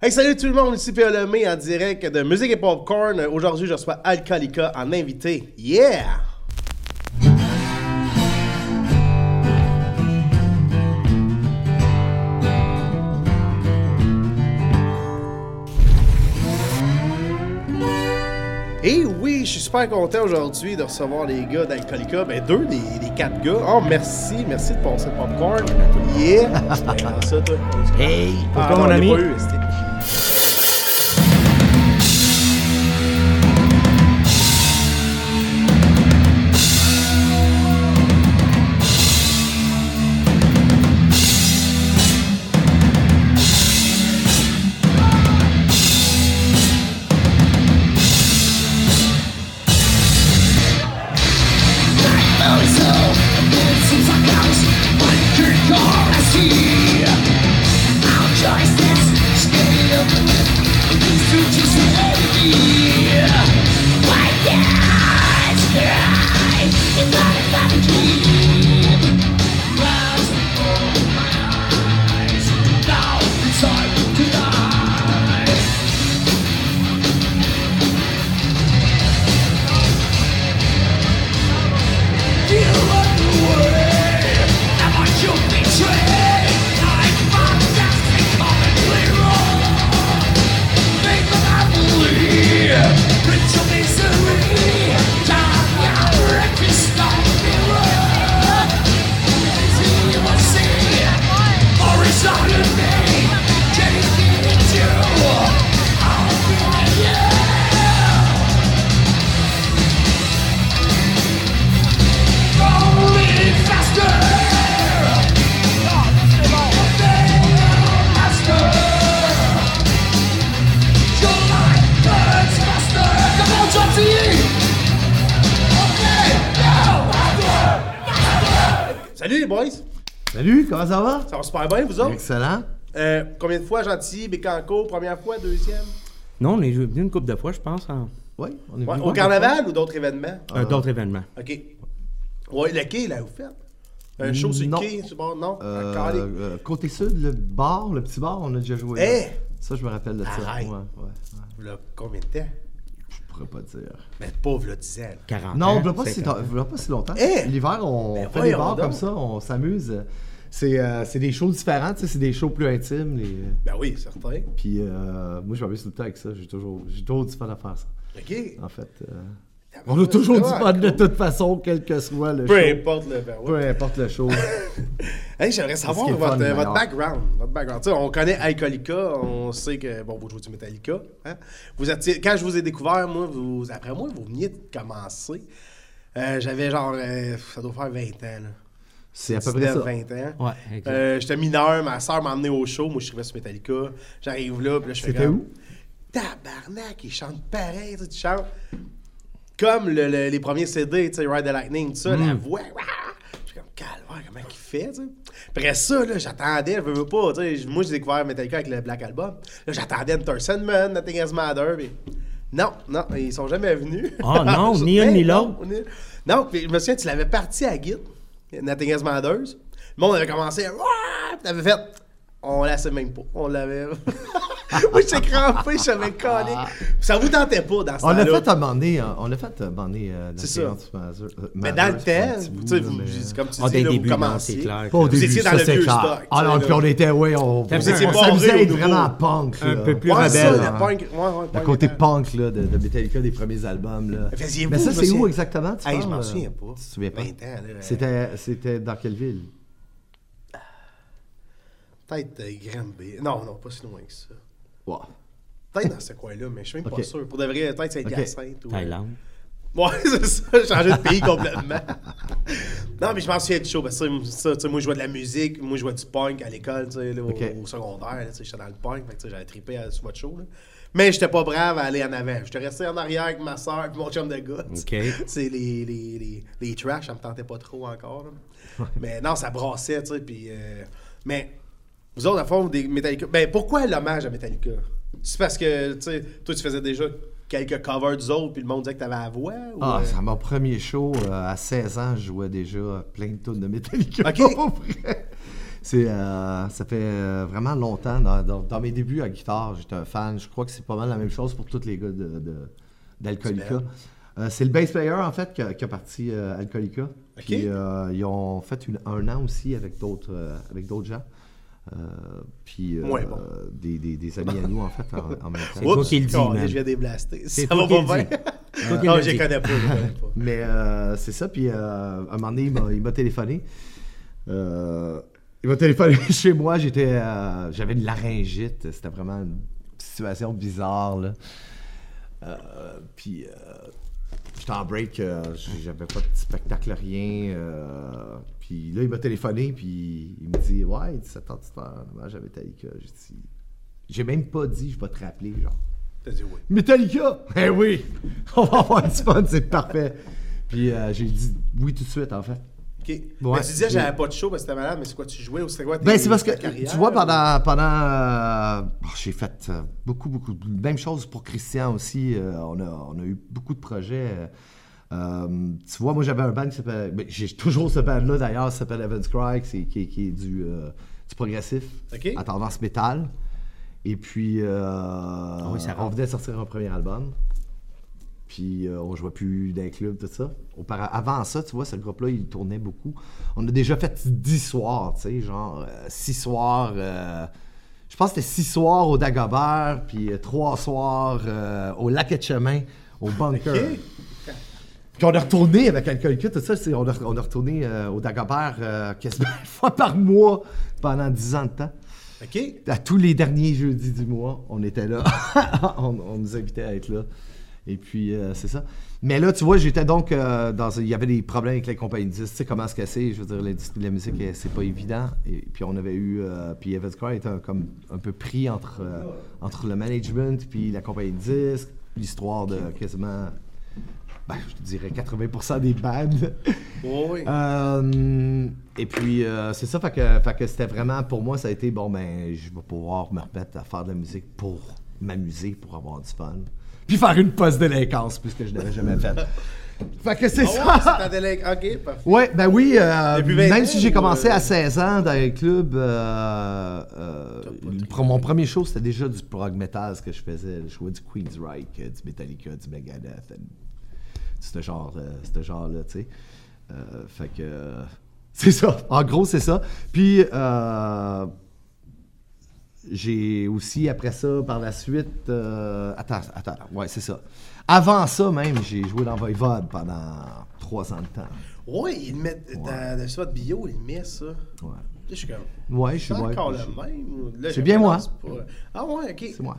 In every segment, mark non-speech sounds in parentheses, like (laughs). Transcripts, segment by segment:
Hey, salut tout le monde, ici Pierre Lemay en direct de Musique et Popcorn. Aujourd'hui, je reçois Alcalica en invité. Yeah! Et oui, je suis super content aujourd'hui de recevoir les gars d'Alcolica. Ben, deux des, des quatre gars. Oh, merci, merci de passer le popcorn. (laughs) Yeah! Ben, dans ça, toi. Hey! Ah, Pourquoi non, mon on l'a ami? pas eu, c'était- Salut les boys! Salut, comment ça va? Ça va super bien, vous autres? Excellent. Euh, combien de fois Gentil, Bécanco, première fois, deuxième? Non, on est venu une couple de fois, je pense, en Oui, on est Ouais, venu au voir. carnaval ou d'autres événements? Ah. à d'autres événements. OK. Ouais, le quai, là, vous faites? Un show sur le Non. quai, sur le bord, non? Euh, Ah, calé. euh, côté sud, le bar, le petit bar, on a déjà joué. là. Hey! Ça, je me rappelle de ça. Arrête. Ouais, ouais, ouais. Là, combien de temps? Je pourrais pas dire. Mais pauvre, là, 10 ans. 40 Non, ans, on ne pas, si 50. tard- on voulait pas si longtemps. Hey! L'hiver, on Ben fait des voyons bars donc. comme ça, on s'amuse. C'est euh, c'est des shows différents, tu sais, c'est des shows plus intimes. les- Ben oui, certain. Puis euh, moi, je m'amuse tout le temps avec ça. J'ai toujours, j'ai toujours du fun à faire ça, OK. en fait. euh. on a toujours du Ouais, fun de toute façon, quel que soit le Peu show. importe le ben ouais. Peu importe le show. Hey, j'aimerais savoir qui est votre, fun, euh, votre d'ailleurs. background. Votre background. Tu sais, on connaît Alcoolica, on sait que bon, vous jouez du Metallica. hein. Vous étiez- quand je vous ai découvert, moi, vous, après moi, vous veniez de commencer. Euh, J'avais genre, euh, ça doit faire 20 ans. Là. C'est à peu près ça. 20 ans. Ouais, exact. Euh, J'étais mineur, ma soeur m'a emmené au show, moi je suis sur Metallica. J'arrive là, puis là je fais. C'était comme, où? Tabarnak, ils chantent pareil, tu sais, tu chantes. Comme le- le- les premiers CD, tu sais, Ride the Lightning, tout ça, Mm. la voix. wah! Je suis comme, calvaire, comment il fait, tu sais. Après ça, là, j'attendais, je veux, veux pas, tu sais. j- Moi, j'ai découvert Metallica avec le Black Album. Là, j'attendais Enter Sandman, Nothing Else Matter, puis Non, non, ils sont jamais venus. Ah, (laughs) non, ni un, Hey, ni non, l'autre. on est- Non, puis je me souviens, tu l'avais parti à Git, Nothing Else Matters. Le monde avait commencé à. Wouah! Puis t'avais fait. On la sait même pas. On l'avait. (laughs) Moi, j'étais crampé, j'avais collé. Ça vous tentait pas dans ce On temps-là. a fait abandonner, hein. on a fait abandonner euh, C'est Nothing ça. Else Matters- euh, Mais dans le Matters, c'est un temps, petit bout, tu sais, là, vous- mais, euh, comme tu Ah, dis, dès là, le vous début, non, commenciez. c'est clair. Pas au Vous début, étiez dans ça, le c'est vieux clair. stock, Ah tu sais, non, là. puis on était, ouais, on, on, étiez on pas s'amusait arrivé à au être nouveau. vraiment punk. Un là. peu plus Ouais, rebelle. ça, le hein. punk. Ouais, ouais, Le punk hein. côté metal. punk là, de, de Metallica des premiers albums. Là. Faisiez-vous, Mais ça, c'est monsieur? où exactement tu Hey, je parles, m'en euh, souviens pas. Tu te souviens pas? 20 ans, là. C'était, c'était dans quelle ville? Peut-être euh, Granby. Non, non, pas si loin que ça. Wow. Peut-être dans ce coin-là, mais je suis même pas Ok. sûr. Pour de vrai, peut-être c'est Ok. Hyacinthe. ou- Thaïlande. Ouais, (laughs) c'est ça, changer de pays complètement. non, mais je m'en souviens du show, parce que tu sais, ça, tu sais, moi, je jouais de la musique, moi, je jouais du punk à l'école, tu sais, là, au, Ok. au secondaire, là, tu sais, j'étais dans le punk, fait que, tu sais, j'avais trippé à- sur votre show, là. Mais j'étais pas brave à aller en avant. J'étais resté en arrière avec ma soeur et mon chum de gars. tu sais. Ok. Tu sais, les, les, les, les trash, ça me tentait pas trop encore. là. mais non, ça brassait, tu sais, puis... euh, mais vous autres, à fond, des Metallica... Ben, pourquoi l'hommage à Metallica? C'est parce que, tu sais, toi, tu faisais déjà quelques covers des autres, puis le monde disait que t'avais la voix? ou, Ah, euh? c'est mon (laughs) premier show. euh, à 16 ans, je jouais déjà plein de tunes de Metallica. Ok. pour vrai. C'est, euh, ça fait euh, vraiment longtemps. Dans, dans- dans mes débuts à guitare, j'étais un fan. Je crois que c'est pas mal la même chose pour tous les gars de, de- d'Alcoolica. Euh, c'est le bass player, en fait, qui a, qui a parti euh, Alcoolica. Puis, euh, ils ont fait une- un an aussi avec d'autres, euh, avec d'autres gens. Euh, puis euh, Ouais, bon. des, des- des amis à nous, en fait, en, en même (laughs) temps. C'est toi qui le dis, Oh, man. Je viens des blaster. Ça C'est va pas toi qui le bien. dis. C'est Ah toi qui Non, le je les dis. connais pas. Je les connais (laughs) pas. Mais euh, c'est ça, puis euh, un moment donné, il m'a- il m'a téléphoné. Euh, il m'a téléphoné (laughs) chez moi, j'étais, euh, j'avais une laryngite, c'était vraiment une situation bizarre. Là. Euh, puis euh, j'étais en break, euh, j- j'avais pas de spectacle, rien. euh, puis là, il m'a téléphoné, puis il me dit Ouais, 17 ans, tu t'en hommage à Metallica. J'ai dit J'ai même pas dit, je vais te rappeler, genre. T'as dit oui. Metallica! Eh oui! (laughs) On va avoir du fun, c'est parfait! Puis euh, j'ai dit oui tout de suite, en fait. OK. Ouais. Mais tu disais, j'avais pas de show parce que c'était malade, mais c'est quoi, tu jouais ou c'était quoi? Ben, tes- c'est parce que, ta carrière, tu vois, ou- pendant... pendant euh, bon, j'ai fait euh, beaucoup, beaucoup... de- Même chose pour Christian aussi. euh, on, a, on a eu beaucoup de projets. euh, euh, tu vois, moi, j'avais un band qui s'appelle... ben, j'ai toujours ce band-là, d'ailleurs, qui s'appelle Evans Cry, qui, est- qui est- qui est du, euh, du progressif Ok. à tendance métal. Et puis, euh, oui, ça on rentre. venait de sortir un premier album. Puis euh, on jouait plus dans les clubs, tout ça. Aupara- Avant ça, tu vois, ce groupe-là, il tournait beaucoup. On a déjà fait 10 soirs, tu sais, genre 6 soirs. euh, je pense que c'était 6 soirs au Dagobert, puis 3 soirs euh, au Lac et Chemin, au Bunker. Ok. Puis on a retourné avec Alcoolica, tout ça, c'est- on a, on a retourné euh, au Dagobert euh, quasiment (laughs) une fois par mois pendant 10 ans de temps. OK. À tous les derniers jeudis du mois, on était là. (laughs) on, on nous invitait à être là. Et puis, euh, c'est ça. Mais là, tu vois, j'étais donc euh, dans. Il y avait des problèmes avec les compagnies de disques. Tu sais comment se casser. Je veux dire, l'industrie de la musique, eh, c'est pas évident. Et puis, on avait eu. euh, puis, Evans Cry était un, comme, un peu pris entre, euh, entre le management puis la compagnie de disques. L'histoire de quasiment. ben, je te dirais 80% des bandes. Oui, oui. Euh, et puis, euh, c'est ça, fait que, fait que c'était vraiment, pour moi, ça a été, bon, ben, je vais pouvoir me remettre à faire de la musique pour m'amuser, pour avoir du fun. Puis faire une post-délinquance, puisque je n'avais jamais fait. fait que c'est Ah ouais, ça! c'est ta délai- OK, parfait. Ouais, ben oui, euh, Depuis 20 même ans, si j'ai ou, commencé euh, à 16 ans dans les clubs, euh, euh, le- mon premier show, c'était déjà du prog metal, ce que je faisais. Je jouais du Queen's euh, du Metallica, du Megadeth, euh, ce genre, euh, ce genre-là, tu sais. Euh, fait que... (laughs) euh, C'est ça, en gros, c'est ça. Puis, euh, j'ai aussi, après ça, par la suite... euh, attends, attends, ouais, c'est ça. Avant ça, même, j'ai joué dans Voivode pendant trois ans de temps. Oui, ils mettent dans, dans soit de bio, ils mettent ça. Ouais. Là, je suis comme. Ouais, je C'est suis ouais, encore je- le même. ou- là, C'est je bien moi. pense pas. Ah ouais, ok. C'est moi.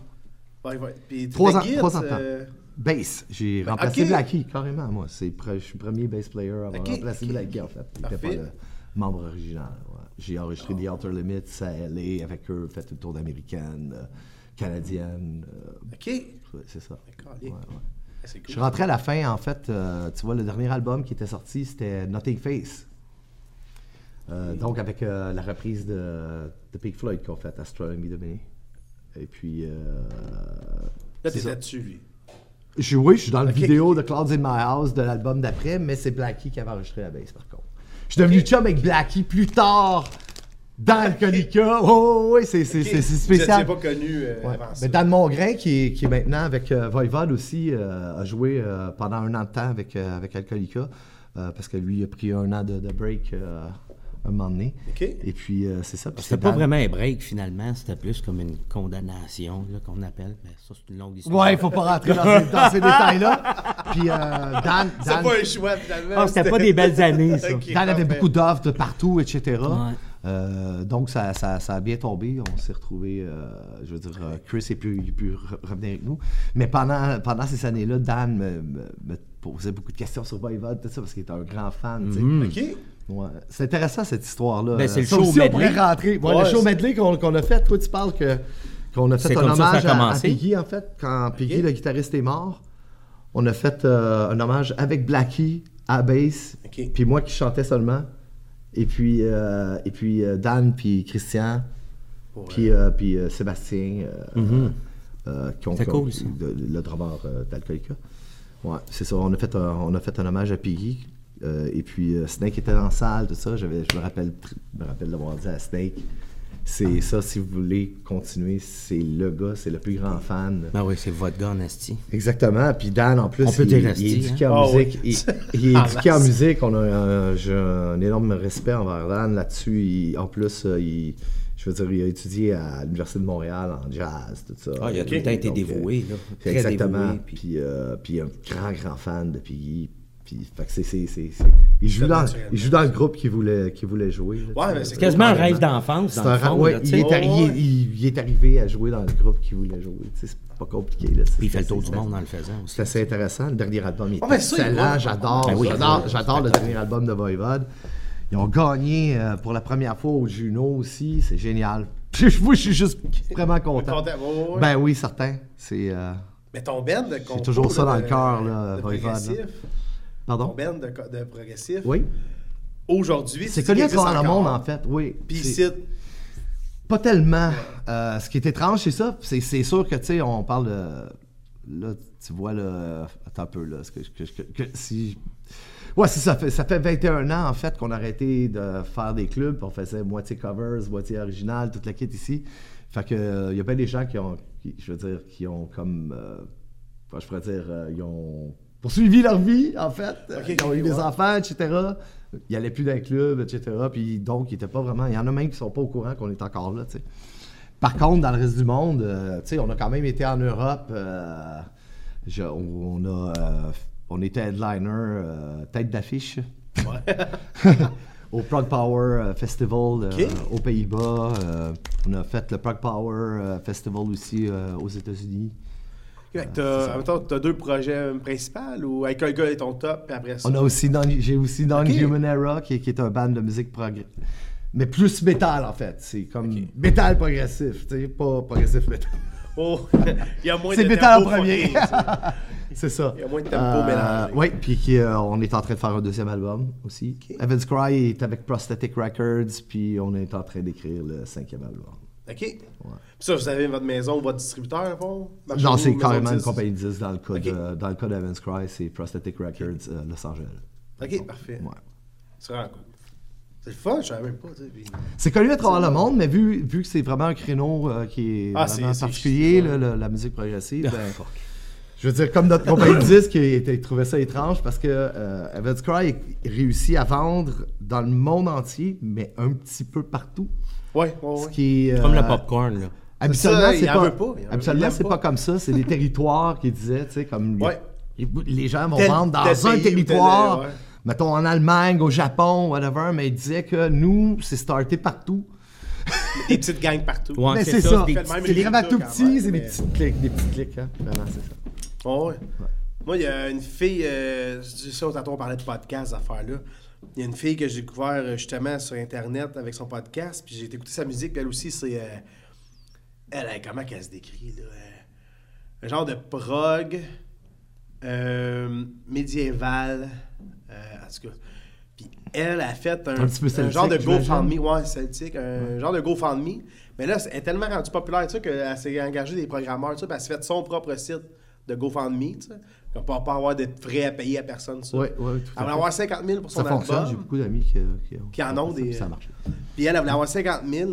Ouais, ouais. Puis Trois t'étais ans, guide, trois ans de euh, temps. Bass. J'ai Ben, remplacé ok. Blackie, carrément, moi. C'est pre- Je suis premier bass player à avoir Ok, remplacé ok. Blackie, en fait. Il n'était pas Parfait. Oh. le membre original. ouais. J'ai enregistré The Outer Limits ça LA avec eux, fait une tournée américaine, euh, canadienne. euh, Ok. ouais, c'est ça. D'accord, Ouais, allez. ouais. Ah, C'est Je cool. suis rentré à la fin, en fait. euh, tu vois, le dernier album qui était sorti, c'était Nothing Face. Euh, donc, avec euh, la reprise de, de Pink Floyd qu'on fait, Astronomy Domini. Et puis. euh, Là, c'est t'es ça. là-dessus, lui. Je, oui, je suis dans le Ok. vidéo de Clouds in My House de l'album d'après, mais c'est Blackie qui avait enregistré la base, par contre. Je suis devenu chum avec Blackie plus tard dans Alcoolica. Oh, oui, c'est c'est- Ok. c'est- c'est Je spécial. t'ai pas connu euh, Ouais. avant ça. Mais Dan Mongrain, qui est, qui est maintenant avec euh, Voivode aussi, euh, a joué euh, pendant un an de temps avec, euh, avec Alcoolica, euh, parce que lui a pris un an de, de break euh, un moment donné. Ok. Et puis, euh, c'est ça. Puis C'était c'est pas Dan- vraiment un break finalement, c'était plus comme une condamnation là, qu'on appelle. Mais ça, c'est une longue histoire. Ouais, il faut pas rentrer dans ces, dans (laughs) ces détails-là. Puis euh, Dan, Dan- C'est pas un choix, finalement. Ah, c'était pas des belles années, ça. (laughs) Ok. Dan avait parfait. beaucoup d'offres de partout, etc. Ouais. Euh, donc, ça, ça- ça a bien tombé. On s'est retrouvés, euh, je veux dire, euh, Chris est pu, il a pu re- revenir avec nous. Mais pendant, pendant ces années-là, Dan me, me- me posait beaucoup de questions sur Voivode, tout ça, parce qu'il était un grand fan. tu sais. Ok. Ouais. C'est intéressant, cette histoire-là. Ben, c'est le Ça show aussi, on medley. pourrait rentrer. Ouais, Ouais, le show c'est- medley qu'on qu'on a fait, toi, tu parles que qu'on a fait C'est un comme ça que ça a hommage à- à, commencé. Piggy, en fait, quand Piggy, le guitariste, est mort. On a fait euh, un hommage avec Blackie à bass, Ok. puis moi qui chantais seulement, et puis, euh, et puis euh, Dan, puis Christian, puis, euh, puis, euh, Sébastien, euh, euh, qui ont- Mhm. C'était qui ont- cool, ça. de- le drummer euh, d'Alcoolica. Ouais, c'est ça. On a, fait un, on a fait un hommage à Piggy. Euh, et puis euh, Snake était dans la salle, tout ça. J'avais, je me rappelle, je me rappelle d'avoir dit à Snake, c'est ça, si vous voulez continuer, c'est le gars, c'est le plus grand fan. Ben oui, c'est votre gars, Nasty. Exactement. Puis Dan, en plus, On peut il, dire il est Rusty, éduqué hein? en Ah oui. musique. (laughs) Il, il est Ah, éduqué en mince. musique. On a un, j'ai un énorme respect envers Dan là-dessus. Il- En plus, euh, il, je veux dire, il a étudié à l'Université de Montréal en jazz, tout ça. Ah, il a tout le temps été Donc, euh, dévoué, là. Très exactement. dévoué, puis puis- euh, puis un grand, grand fan de Piggy. Puis, fait que c'est, c'est, c'est, c'est- il, joue Ça, dans, naturellement. il joue dans le groupe qu'il voulait, qu'il voulait jouer. là, Ouais, tu mais sais. c'est C'est quasiment un Carrément. rêve d'enfance, C'est dans un le ra- fond, ouais, là, tu il, sais. est Ouais, arrivé, ouais. il, il est arrivé à jouer dans le groupe qu'il voulait jouer. tu sais, C'est pas compliqué. Là, Puis il fait le tour c'est- du monde en le faisant aussi. c'est assez intéressant. Le dernier album, il Ah, est ben ça, il excellent. va. J'adore, Ben oui, j'adore, oui. j'adore le dernier album de Voivode. Ils ont gagné euh, pour la première fois au Juno aussi. C'est génial. (laughs) Je, je- moi, je suis juste vraiment content. Content, ouais, ouais, ouais. Ben oui, certain. C'est. euh, Mais ton band de compo, toujours ça là, dans de- le cœur, là, de Voivode, là. progressif, Ton Pardon? band de, co- de progressif. Oui. Aujourd'hui, tu C'est dis connu à qu'il existe travers le encore. monde, en fait. Oui. Puis C'est- ici, Pas tellement. Euh, ce qui est étrange, c'est ça. C'est, c'est sûr que, tu sais, on parle de. Là, tu vois, là. Attends un peu, là. ce Que, que- que- que- si. Ouais, c'est ça. Fait, ça fait 21 ans, en fait, qu'on a arrêté de faire des clubs. puis On faisait moitié covers, moitié original, toute la quête ici. Fait que, il y a pas des gens qui ont. qui- je veux dire, qui ont comme. euh, enfin, je pourrais dire, euh, ils ont poursuivi leur vie, en fait. Euh, ils ont eu ok, des ouais. enfants, etc. Ils n'allaient plus dans les clubs, etc. Puis donc, ils étaient pas vraiment. Il y en a même qui sont pas au courant qu'on est encore là, tu sais. Par contre, dans le reste du monde, euh, tu sais, on a quand même été en Europe. euh, je- on, on a, euh, on était headliner, euh, tête d'affiche. (laughs) au Prague Power euh, Festival euh, Ok. aux Pays-Bas. euh, on a fait le Prague Power euh, Festival aussi euh, aux États-Unis. Fait que t'as, en même temps, t'as deux projets principaux ou avec un gars et ton top, puis après ça. On a aussi Non- j'ai aussi Non Human Era qui, est- qui est un band de musique progrès. Mais plus métal en fait, c'est comme métal progressif, tu sais, pas progressif métal. (laughs) Oh, il y a moins C'est de métal en tempo premier. fucké, (laughs) ça. c'est ça. Il y a moins de tempo mélangé. Oui, puis qui, euh, on est en train de faire un deuxième album aussi. Evans Cry est avec Prosthetic Records, puis on est en train d'écrire le cinquième album. OK. Ça, vous avez votre maison, votre distributeur, à fond? Non, Marchez-vous, c'est maison carrément une disque. compagnie de disques dans le cas Ok. de- dans le cas d'Evans Cry, c'est Prosthetic Records euh, Los Angeles. OK, parfait. Ouais. C'est vraiment cool. C'est le fun, je savais même pas. tu sais, puis- C'est connu à travers le monde, mais vu, vu que c'est vraiment un créneau euh, qui est Ah, vraiment c'est- euh, c'est- particulier, c'est- là, le- la musique (laughs) progressive, ben, je veux dire, comme notre compagnie de disques, il, était- il trouvait ça étrange parce que euh, Evans Cry réussit à vendre dans le monde entier, mais un petit peu partout. Ouais, Oh, ouais, Ce ouais. qui est, Comme euh, le popcorn, là. Habituellement, ça, il c'est en pas, veut pas, il en veut- il habituellement, l'aime c'est pas. pas comme ça. C'est des territoires qui disaient, tu sais, comme Ouais. les, les gens vont Tel- vendre dans tel un pays ou tel- territoire, ouais. mettons en Allemagne, au Japon, whatever, mais ils disaient que nous, c'est starté partout. Des petites gangs partout. Ouais. mais c'est c'est ça, ça. c'est des petits- C'est vraiment des tout petits petit, trucs, c'est des mais- petites clics, des petits clics, hein. Vraiment, c'est ça. Ah Ouais, ouais. Moi, il y a une fille, euh, je dis ça, tantôt on parlait de podcast, cette affaire-là. Il y a une fille que j'ai découvert euh, justement sur Internet avec son podcast, puis j'ai écouté sa musique, puis elle aussi, c'est. euh, elle, elle, comment qu'elle se décrit, là euh, Un genre de prog euh, médiéval. euh, en tout cas. Puis elle a fait un, Un petit peu celtique, genre de j'imagine. GoFundMe, ouais, celtique, un genre de GoFundMe. Mais là, elle est tellement rendue populaire, tu sais, qu'elle s'est engagée des programmeurs, tu sais, puis elle s'est fait son propre site de GoFundMe, tu sais. Qu'on peut pas avoir de frais à payer à personne, ça. Ouais, ouais, tout à Elle voulait fait. avoir 50 000 pour son Ça fonctionne, j'ai album. beaucoup d'amis qui, euh, qui ont- Qui en ont ça, des- Ça marche. Puis elle, elle voulait avoir 50 000.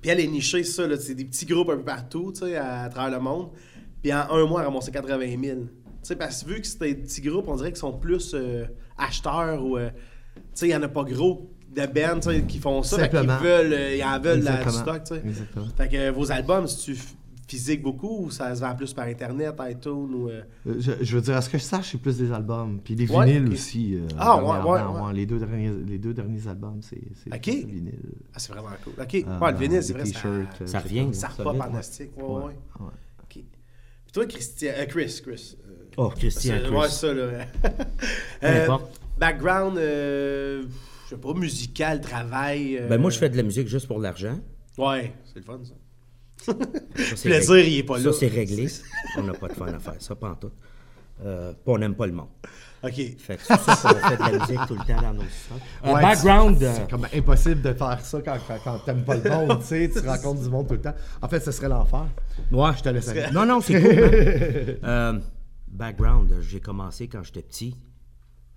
Puis elle est nichée, ça, là. C'est des petits groupes un peu partout, tu sais, à, à travers le monde. Puis en un mois, elle a ramassé 80 000. Tu sais, parce que vu que c'était des petits groupes, on dirait qu'ils sont plus euh, acheteurs ou. euh, tu sais, il n'y en a pas gros de bands tu sais, qui font ça. Fait qu'ils Simplement. veulent, euh, ils en veulent la- du Exactement. stock, tu sais. Exactement. Fait que euh, vos albums, si tu f- physiques beaucoup ou ça se vend plus par Internet, iTunes ou. euh, Euh, Je, je veux dire, à ce que je sache, c'est plus des albums. Puis des Ouais, vinyles ok. aussi. euh, Ah, ouais, dernièrement, ouais, ouais. Les deux derniers, les deux derniers albums, c'est c'est Ok. plus des vinyles. Ah, c'est vraiment cool. OK. Euh, ouais, le vinyle, des c'est vrai. t-shirts, euh, ça revient. Ça là, repart solide. fantastique. Ouais, ouais. Ouais, ouais. ouais. OK. Puis toi, Christian, euh, Chris, Chris. euh, Oh, Christian c'est- Chris. Ouais, ça, là. Peu (laughs) Euh, importe. Background, euh, je sais pas, musical, travail. euh, Ben moi, je fais de la musique juste pour l'argent. Ouais, c'est le fun, ça. Ça, c'est Plaisir, réglé. il est pas Ça, là. c'est réglé. On n'a pas de fun à faire, ça, pas en tout. Euh, puis on n'aime pas le monde. OK. (laughs) Fait que c'est pour ça qu'on fait de la musique tout le temps dans nos stocks. Un Ouais, background. c'est- euh, C'est comme impossible de faire ça quand, quand, quand t'aimes pas (laughs) le monde, tu sais. Tu rencontres du monde tout le temps. En fait, ce serait l'enfer. Ouais, Je te laisse aller. Non, (laughs) Euh, non, c'est cool. hein. Euh, background, j'ai commencé quand j'étais petit.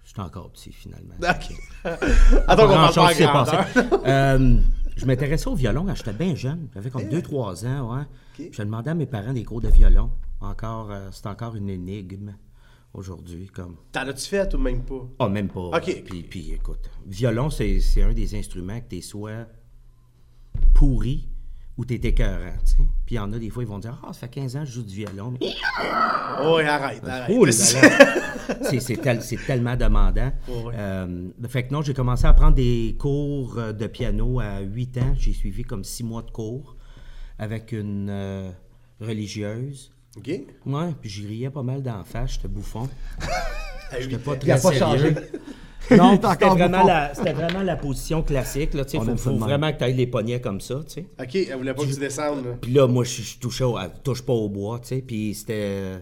suis encore petit, finalement. Ok. Attends qu'on parle Ah, Grand-chose Ben, pas en s'est grandeur. passé. Euh, je m'intéressais au violon quand j'étais bien jeune. J'avais Eh. comme 2-3 ans, ouais. Je demandais à mes parents des cours de violon. Encore, euh, c'est encore une énigme aujourd'hui. Comme... (laughs) T'en as-tu fait ou même pas? Ah, même pas. OK. Puis, puis écoute, violon, c'est c'est un des instruments que t'es soit pourri ou t'es écœurant, tu sais. Puis il y en a des fois, ils vont dire « Ah, ça fait 15 ans que je joue du violon. » Mais- Ah. Oh, ouais, arrête, arrête. Oh là là! C'est- C'est tel- c'est tellement demandant. Oh, ouais. Euh, fait que non, j'ai commencé à prendre des cours euh, de piano à 8 ans. J'ai suivi comme 6 mois de cours avec une euh, religieuse. OK? Elle Ouais, puis j'y riais pas mal d'en face, j'étais bouffon. huit J'étais ans. pas Il a très pas changé. sérieux. Non, (laughs) (laughs) Il est puis c'était encore vraiment, bouffon. la, c'était vraiment la position classique. Là, tu sais, On faut, aime ça faut de même. vraiment que tu ailles les poignets comme ça. tu sais. OK, elle voulait pas que tu descendes. là. Puis là, moi, je, je touchais au- elle touche pas au bois. tu sais, Puis c'était.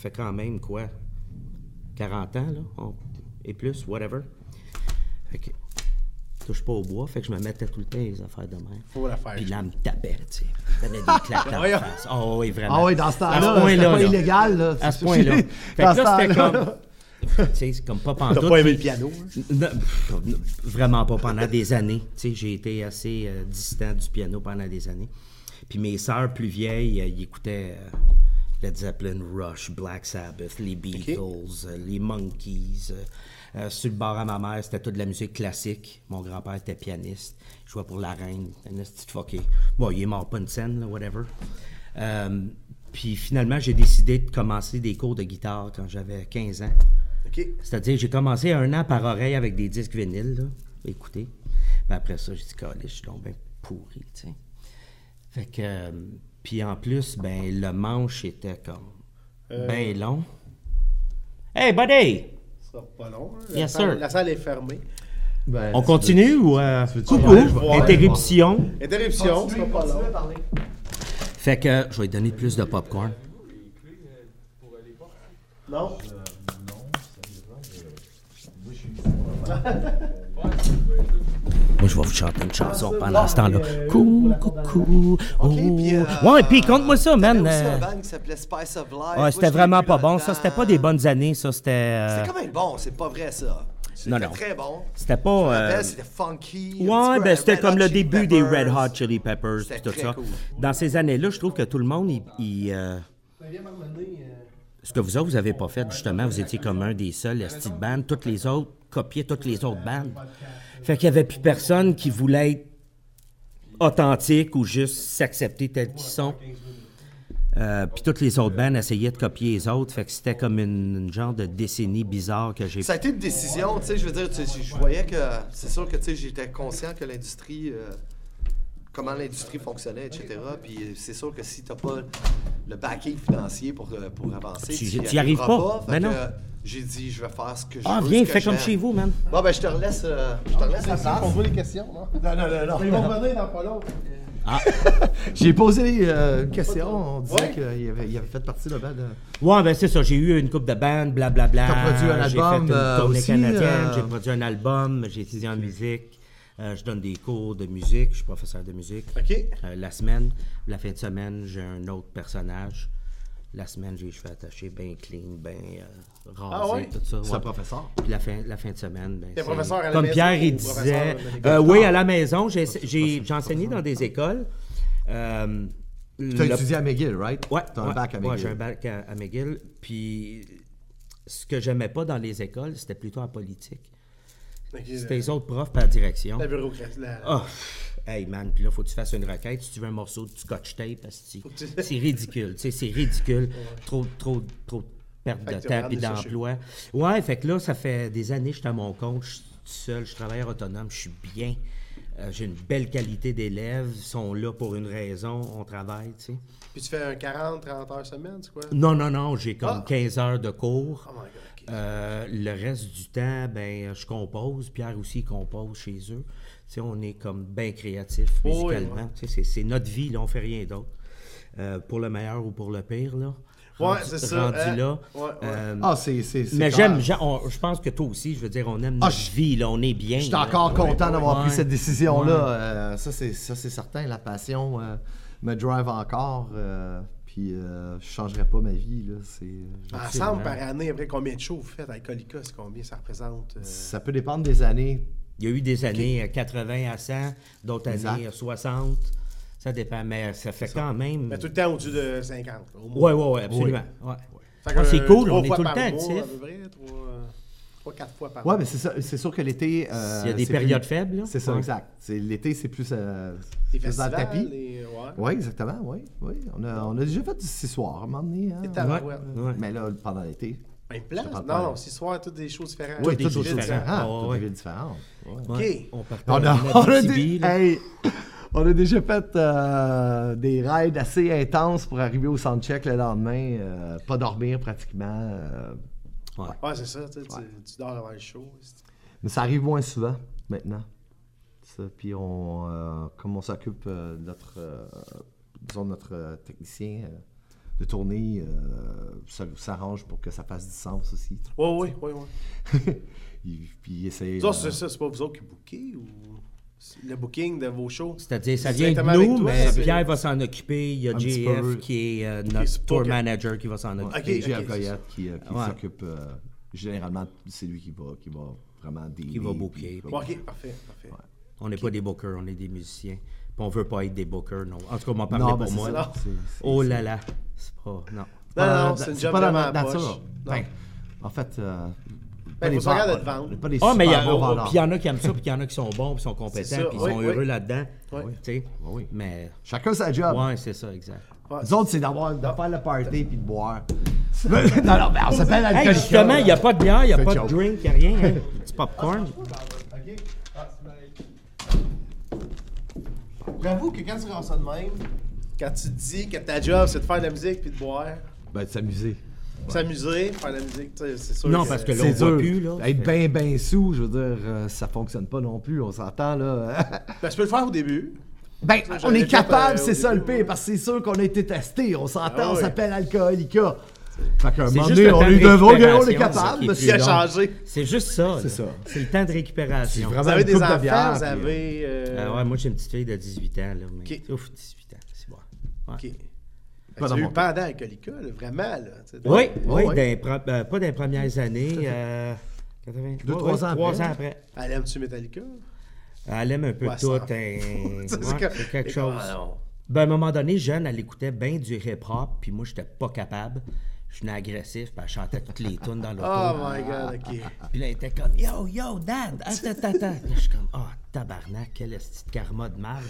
Fait quand même quoi 40 ans là, on- et plus, whatever. Fait que. Touche pas au bois, fait que je me mettais tout le temps les affaires de même. Faut la faire. Puis là, elle me tapait, tu sais. Elle me donnait (laughs) des claques dans Voyons. la face. Ah oui, vraiment. Ah oui, dans ce À temps-là, point-là, c'était pas là. illégal, là. À ce point-là. (laughs) Dans Fait que ce là, c'était temps-là. comme. Tu sais, c'est comme pas T'as pantoute. pas aimé puis- le piano? hein? non, pff, non, vraiment pas pendant des années. Tu sais, j'ai été assez euh, distant du piano pendant des années. Puis mes sœurs plus vieilles, euh, ils écoutaient euh, Led Zeppelin, Rush, Black Sabbath, les Beatles, euh, les Monkeys. euh, euh, sur le bord à ma mère, c'était toute de la musique classique. Mon grand-père était pianiste. Je jouais pour la reine. Un esti de fucké. Bon, il est mort pas une scène, là, whatever. Euh, puis finalement, j'ai décidé de commencer des cours de guitare quand j'avais 15 ans. OK. C'est-à-dire, j'ai commencé un an par oreille avec des disques vinyles, là, écoutez. Puis après ça, j'ai dit, Calais, je suis donc bien pourri, tu sais. Fait que. euh, puis en plus, ben, le manche était comme. Ben long. Hey, buddy! Ce sera pas long. hein. La, Yes, salle, sir. la salle est fermée. Ben, On continue ou. Euh, coucou? coucou? Ouais. Interruption. Interruption, ce sera pas long. Fait que je vais lui donner plus de popcorn. Euh, Non? Moi, je vais vous chanter une chanson pendant ce temps-là. euh, Coucou, coucou. puis, euh, oh. Ouais, puis compte-moi ça, man. C'était aussi euh, un band qui s'appelait Spice of Life. Moi, Ouais, je c'était l'ai vraiment vu pas dans bon. le Ça, temps. c'était pas des bonnes années. Ça, c'était. euh, C'était quand même bon, c'est pas vrai ça. C'était Non, non. très bon. C'était pas. Je me rappelle, euh, C'était funky. un petit Ouais, peu ben un c'était Red comme Hot le Chili début des Red Peppers. Hot Chili Peppers, C'était puis tout très ça. cool. Dans ces années-là, je trouve que tout le monde, il, il, euh, ce que vous autres, vous avez pas fait justement, vous étiez comme un des seuls esti de bandes. Toutes les autres copiaient toutes les autres bandes. Fait qu'il y avait plus personne qui voulait être authentique ou juste s'accepter tel qu'ils sont. Euh, puis toutes les autres bandes essayaient de copier les autres. Fait que c'était comme une, une genre de décennie bizarre que j'ai Ça a été une décision, tu sais, je veux dire, tu sais, je voyais que, c'est sûr que, tu sais, j'étais conscient que l'industrie, euh, comment l'industrie fonctionnait, etc. Puis c'est sûr que si t'as pas le backing financier pour, euh, pour avancer, Tu- y tu y arrives arriveras pas. Fait Ben non. que J'ai dit, je vais faire ce que je Ah, veux, viens, ce que fais comme j'aime. chez vous, man. Bon, ben, je te relaisse, euh, je te relaisse la place. voit les questions, non? Non, non, non, non. Ils vont revenir dans pas long. J'ai posé euh, une question. On disait Ouais. qu'il avait, il avait fait partie de band. euh, Ouais, ben c'est ça. J'ai eu une coupe de bandes, blablabla. T'as produit un J'ai album, fait euh, une tournée aussi, canadienne, euh, j'ai produit un album, j'ai étudié en musique. Euh, je donne des cours de musique, je suis professeur de musique. OK. Euh, la semaine, la fin de semaine, j'ai un autre personnage. La semaine, j'ai les cheveux attachés, bien clean, bien euh, rasés, Ah ouais? tout ça. C'est ouais. un professeur. Puis la fin, la fin de semaine, ben, T'es c'est- professeur à la comme maison Pierre, il ou professeur disait, de l'école? euh, oui, à la maison, j'ai j'ai- j'ai enseigné dans des écoles. Euh, T'as le- étudié à McGill, right? Ouais, T'as un ouais, bac à ouais, McGill. j'ai un bac à, à McGill. Puis ce que j'aimais pas dans les écoles, c'était plutôt en politique. C'était les autres profs par direction. La bureaucratie. la- Oh, hey man, puis là, faut que tu fasses une requête si tu veux un morceau de scotch tape. asti. que tu- C'est ridicule, tu sais, c'est ridicule. Trop, trop, trop de perte Fait que de tu temps regardes et les sachets. d'emploi. Ouais, fait que là, ça fait des années que je suis à mon compte, je suis tout seul, je suis travailleur autonome, je suis bien. Euh, J'ai une belle qualité d'élèves, ils sont là pour une raison, on travaille, tu sais. Puis tu fais un 40, 30 heures semaine, c'est quoi? Non, non, non, j'ai comme Ah. 15 heures de cours. Oh my God, ok. Euh, le reste du temps, ben, je compose. Pierre aussi il compose chez eux. Tu sais, on est comme bien créatif Oui, musicalement. ouais. Tu sais, c'est- C'est notre vie, là, on fait rien d'autre. Euh, pour le meilleur ou pour le pire, là. Ouais, Rendu- c'est ça, rendu hein. là. Ouais, ouais. Euh, Ah, c'est. c'est- c'est mais quand- j'aime, j'a- on- je pense que toi aussi, je veux dire, on aime Ah, notre je- vie, là, on est bien. Je suis là. encore content d'avoir ouais. pris cette décision-là. Euh, ça, c'est ça, c'est certain. La passion euh, me drive encore. euh, puis Puis euh, je changerais pas ma vie, là. C'est... euh, Ensemble, par année, après, combien de shows vous faites à Colica? C'est combien ça représente? euh, Ça peut dépendre des années. Il y a eu des années euh, 80 à 100, d'autres Exact. années euh, 60. Ça dépend, mais ça fait quand même. Mais tout le temps au-dessus de 50, au moins. Oui, oui, oui, absolument. Ouais. Fait Ah, que, c'est euh, cool, trois on est fois tout le par temps mois, actif. à peu près, trois, euh, trois, quatre fois par Ouais, mois. mais c'est, ça, c'est sûr que l'été. euh, Il y a des c'est périodes plus- faibles, là. C'est ça, Ouais. exact. C'est, l'été, c'est plus, euh, Les plus dans le festivals, tapis. les- ouais. Oui, exactement, oui. oui. On, a, on a déjà fait du six soirs à un moment donné. hein. Et tabarouette. Ouais. Ouais. Ouais. Mais là, pendant l'été. Même Ça place. parle Non, pas. non, six soirs, toutes des choses différentes. Oui, des toutes des choses villes différentes. différentes. Ah, toutes ouais. des villes différentes. Ok. ouais. On partait On a, en on a Abitibi, dé- là. hey, on a déjà fait euh, des raids assez intenses pour arriver au soundcheck le lendemain. euh, pas dormir pratiquement. euh, Ouais. Ouais, c'est ça, tu, sais, tu- tu dors avant le show. mais ça arrive moins souvent maintenant. Ça, puis on, euh, comme on s'occupe euh, de notre, euh, disons notre euh, technicien euh, de tournée, euh, ça s'arrange pour que ça fasse du sens aussi. Oui, oui, oui. Ouais. Il- puis il essaie, Vous autres, euh, c'est ça, c'est pas vous autres qui bookez ou c'est le booking de vos shows? C'est-à-dire, ça C'est vient de directement avec nous, toi, mais c'est- Pierre va s'en occuper. Il y a Un petit peu. JF qui est euh, Ok, notre c'est pas tour que- manager qui va s'en occuper. Ok, J.F. ok, Goyette qui, euh, qui Ouais. s'occupe euh, généralement, c'est lui qui va, qui va vraiment dealer, va puis booker, il va- Bon, ok, parfait, parfait. On n'est pas des bookers, on est des musiciens. Puis on veut pas être des bookers, non. En tout cas, on m'en parlait Non, ben, pour c'est moi. ça. là. C'est- c'est- Oh là là, c'est pas... Non. Non, non, dans- c'est une euh, c'est job pas dans vraiment ma à poche. nature. Non. Ben, en fait, euh, Ben, faut se bons- regarder de vendre. pas des Ah, mais il y, a- super bons oh, oh, vendeurs. puis il y en a qui aiment ça, puis il y en a qui sont bons, puis sont C'est ça, compétents, puis ils oui, sont oui. heureux là-dedans. Oui. Tu sais, Oui. mais... Chacun sa job. Ouais, c'est ça, exact. Ouais. Les autres, c'est d'avoir, de Ah. faire le party puis de boire. (laughs) non, non, ben, on s'appelle Hey, alcoolique. justement, il n'y a pas de bière, il n'y a C'est pas de joke. drink, il n'y a rien. Hein? Petit popcorn. J'avoue que quand tu rends ça de même, quand tu te dis que ta job, c'est de faire de la musique puis de boire, Ben, de s'amuser. s'amuser, faire de la musique, tu sais, c'est sûr Non, parce que là, on C'est voit dur. plus, là. Être ben, ben sous, je veux dire, euh, ça fonctionne pas non plus, on s'entend, là. (laughs) Ben, tu peux le faire au début. Ben, Ça, j'en on ai est fait, capable, euh, au c'est ça le début, ouais. pire, parce que c'est sûr qu'on a été testé, on s'entend, Ah on oui. s'appelle Alcoolica. Fait qu'à un moment juste donné, le on temps a de eu de on récupération, est ça, qui est capable, Qui monsieur. a long. changé. C'est juste ça. C'est ça. C'est le temps de récupération. C'est vraiment Vous avez une des coupe de enfants, bière, vous puis, euh, avez. euh, Ah ouais, moi j'ai une petite fille de 18 ans là, mais Ok. ouf 18 ans, c'est bon. Ouais. Ok. Fait que Pas Tu dans as eu mon pendant Alcoolica, là, vraiment, là. tu sais, Oui, oui, ouais. d'un pro- euh, pas des premières années. Euh, 80, Deux, ouais, trois ouais, ans trois après. ans après. Elle aime-tu Metallica? Elle aime un peu Ouais, tout, ça- hein, ouais, Ça, (laughs) c'est c'est comme- quelque c'est chose. comme, ah non. Ben, à un moment donné, jeune, elle écoutait bien du hip-hop, puis moi j'étais pas capable. Je venais agressif, puis elle chantait toutes les tunes dans l'auto. Oh my god, ok. Puis là, elle était comme Yo, yo, dad, ah, attends, attends, attends. Là, je suis comme Ah, tabarnak, quel esti de karma (laughs) de mal.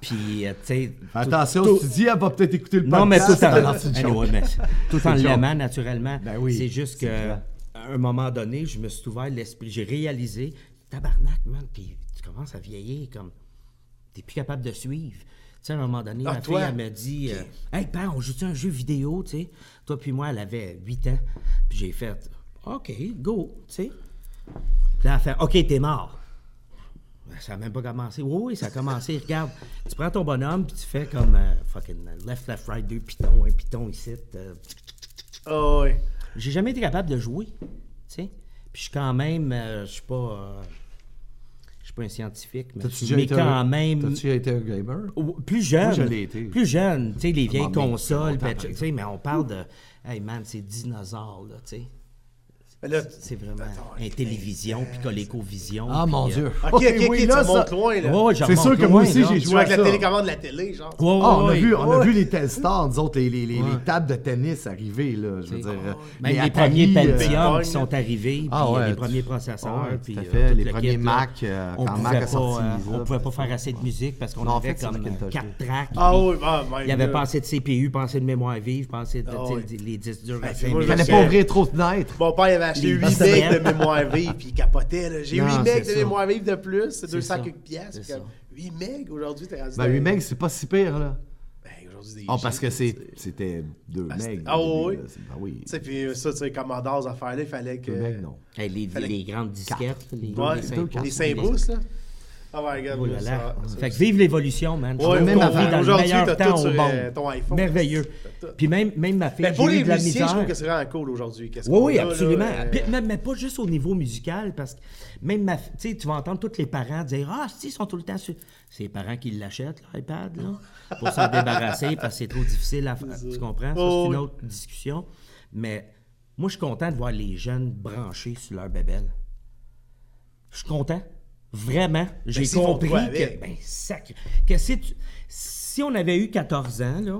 Puis, euh, tu sais. tout- Attention, tout- si tu dis, elle va peut-être écouter le Non, mais podcast. tout en, Non, c'est une joke. Anyway, mais tout en une joke. l'aimant naturellement. Ben oui, c'est juste c'est que clair. à un moment donné, je me suis ouvert l'esprit. J'ai réalisé, tabarnak, man, t'es- tu commences à vieillir comme. T'es plus capable de suivre. Tu sais, à un moment donné, Ah, ma toi? fille, elle me dit euh, Hey, père, on joue-tu à un jeu vidéo, tu sais Toi, puis moi, elle avait 8 ans. Puis j'ai fait OK, go, tu sais. Puis là, elle fait OK, t'es mort. Ben, Ça n'a même pas commencé. Oui, oui, ça a commencé. Regarde, tu prends ton bonhomme puis tu fais comme euh, fucking left, left, right, deux pitons, un piton ici. euh, Ah ouais. J'ai jamais été capable de jouer, tu sais. Puis je suis quand même, euh, je suis pas, euh, je suis pas un scientifique, mais, T'as-tu je- déjà mais été quand un- même, Oh, T'as-tu été un gamer? Ou- plus jeune, Moi, je l'ai été. Ah, plus jeune, tu sais, les vieilles moment donné, consoles, longtemps, ben, par tu sais, mais on parle de, hey man, c'est dinosaures, là, tu sais. Mais là, C'est vraiment une télévision, puis Colecovision. Ah, puis, mon euh, Dieu. Ok, ok, ok, oui, ça là, monte ça- loin, ouais, là. ouais, je C'est sûr remonte que moi loin, aussi, là. j'ai Tu joué joues à avec ça. la télécommande de la télé, genre. Ouais, ouais, Ah, on a ouais. vu, on a Ouais. vu les Telstars, nous autres, les, les, les, les tables de tennis arriver, là, je veux dire. euh, Même les, Atari, premiers euh, Pentium Pong. qui sont arrivés, puis Ah euh, ouais, les tu- premiers processeurs, ouais, puis tout à euh, fait, les le premiers là. Mac, euh, on quand pouvait Mac a pas, sorti euh, ça, on pouvait pas puis- faire assez de musique parce qu'on Non, en avait fait, c'est comme Macintosh, euh, oui. quatre tracks. Ah puis oui, bah, même. il y avait là. pas assez de CPU, pas assez de mémoire vive, pas assez de Ah tu sais, ouais. les les disques durs à Ben, cinq c'est moi, Il minutes. fallait je pas sais. ouvrir trop de fenêtres. Mon père il avait acheté Les 8 bassins. mecs de mémoire vive, puis il capotait. là. J'ai 8 Non, mecs de c'est ça. mémoire vive de plus, c'est 200 ça. quelques piastres. C'est c'est comme ça. 8 mecs, aujourd'hui, t'es rendu. Ben, dans- 8 megs, c'est pas si pire, là. Ben, aujourd'hui, des Ah, parce que gigs, c'est- tu sais. c'était 2 Ah, c'était- megs. ah, au oui, début, là, c'est- Ben oui. Tu sais, puis euh, ça, tu sais, Commodore, ces affaires-là, il fallait que. Deux megs, non. Hey, les, Fallait- les grandes disquettes, les, Ouais, les cinq pouces, les 5 pouces, là. Oh my god, Oh là oui, là. ça- ça- fait que vive l'évolution, man. Ouais, on est même dans avant. le Aujourd'hui, meilleur t'as temps tout au sur, monde. euh, ton iPhone. Merveilleux. Puis même, même ma fille, Mais Ben, pour j'ai eu les de la musiciens, je trouve misère. que c'est vraiment cool aujourd'hui. qu'est-ce Oui, qu'on oui, a, là, absolument. euh, Puis même- mais pas juste au niveau musical, parce que même ma fi- tu sais, tu vas entendre tous les parents dire Ah, si, ils sont tout le temps sur. C'est les parents qui l'achètent, l'iPad, là, pour s'en débarrasser, parce que c'est trop difficile à faire. Tu comprends? Ça, Oh, c'est une oui. autre discussion. Mais moi, je suis content de voir les jeunes branchés sur leur bébelle. Je suis content. Vraiment. J'ai Ben, s'ils font compris quoi que. avec? Ben, sacré. Que si, tu- si on avait eu 14 ans, là,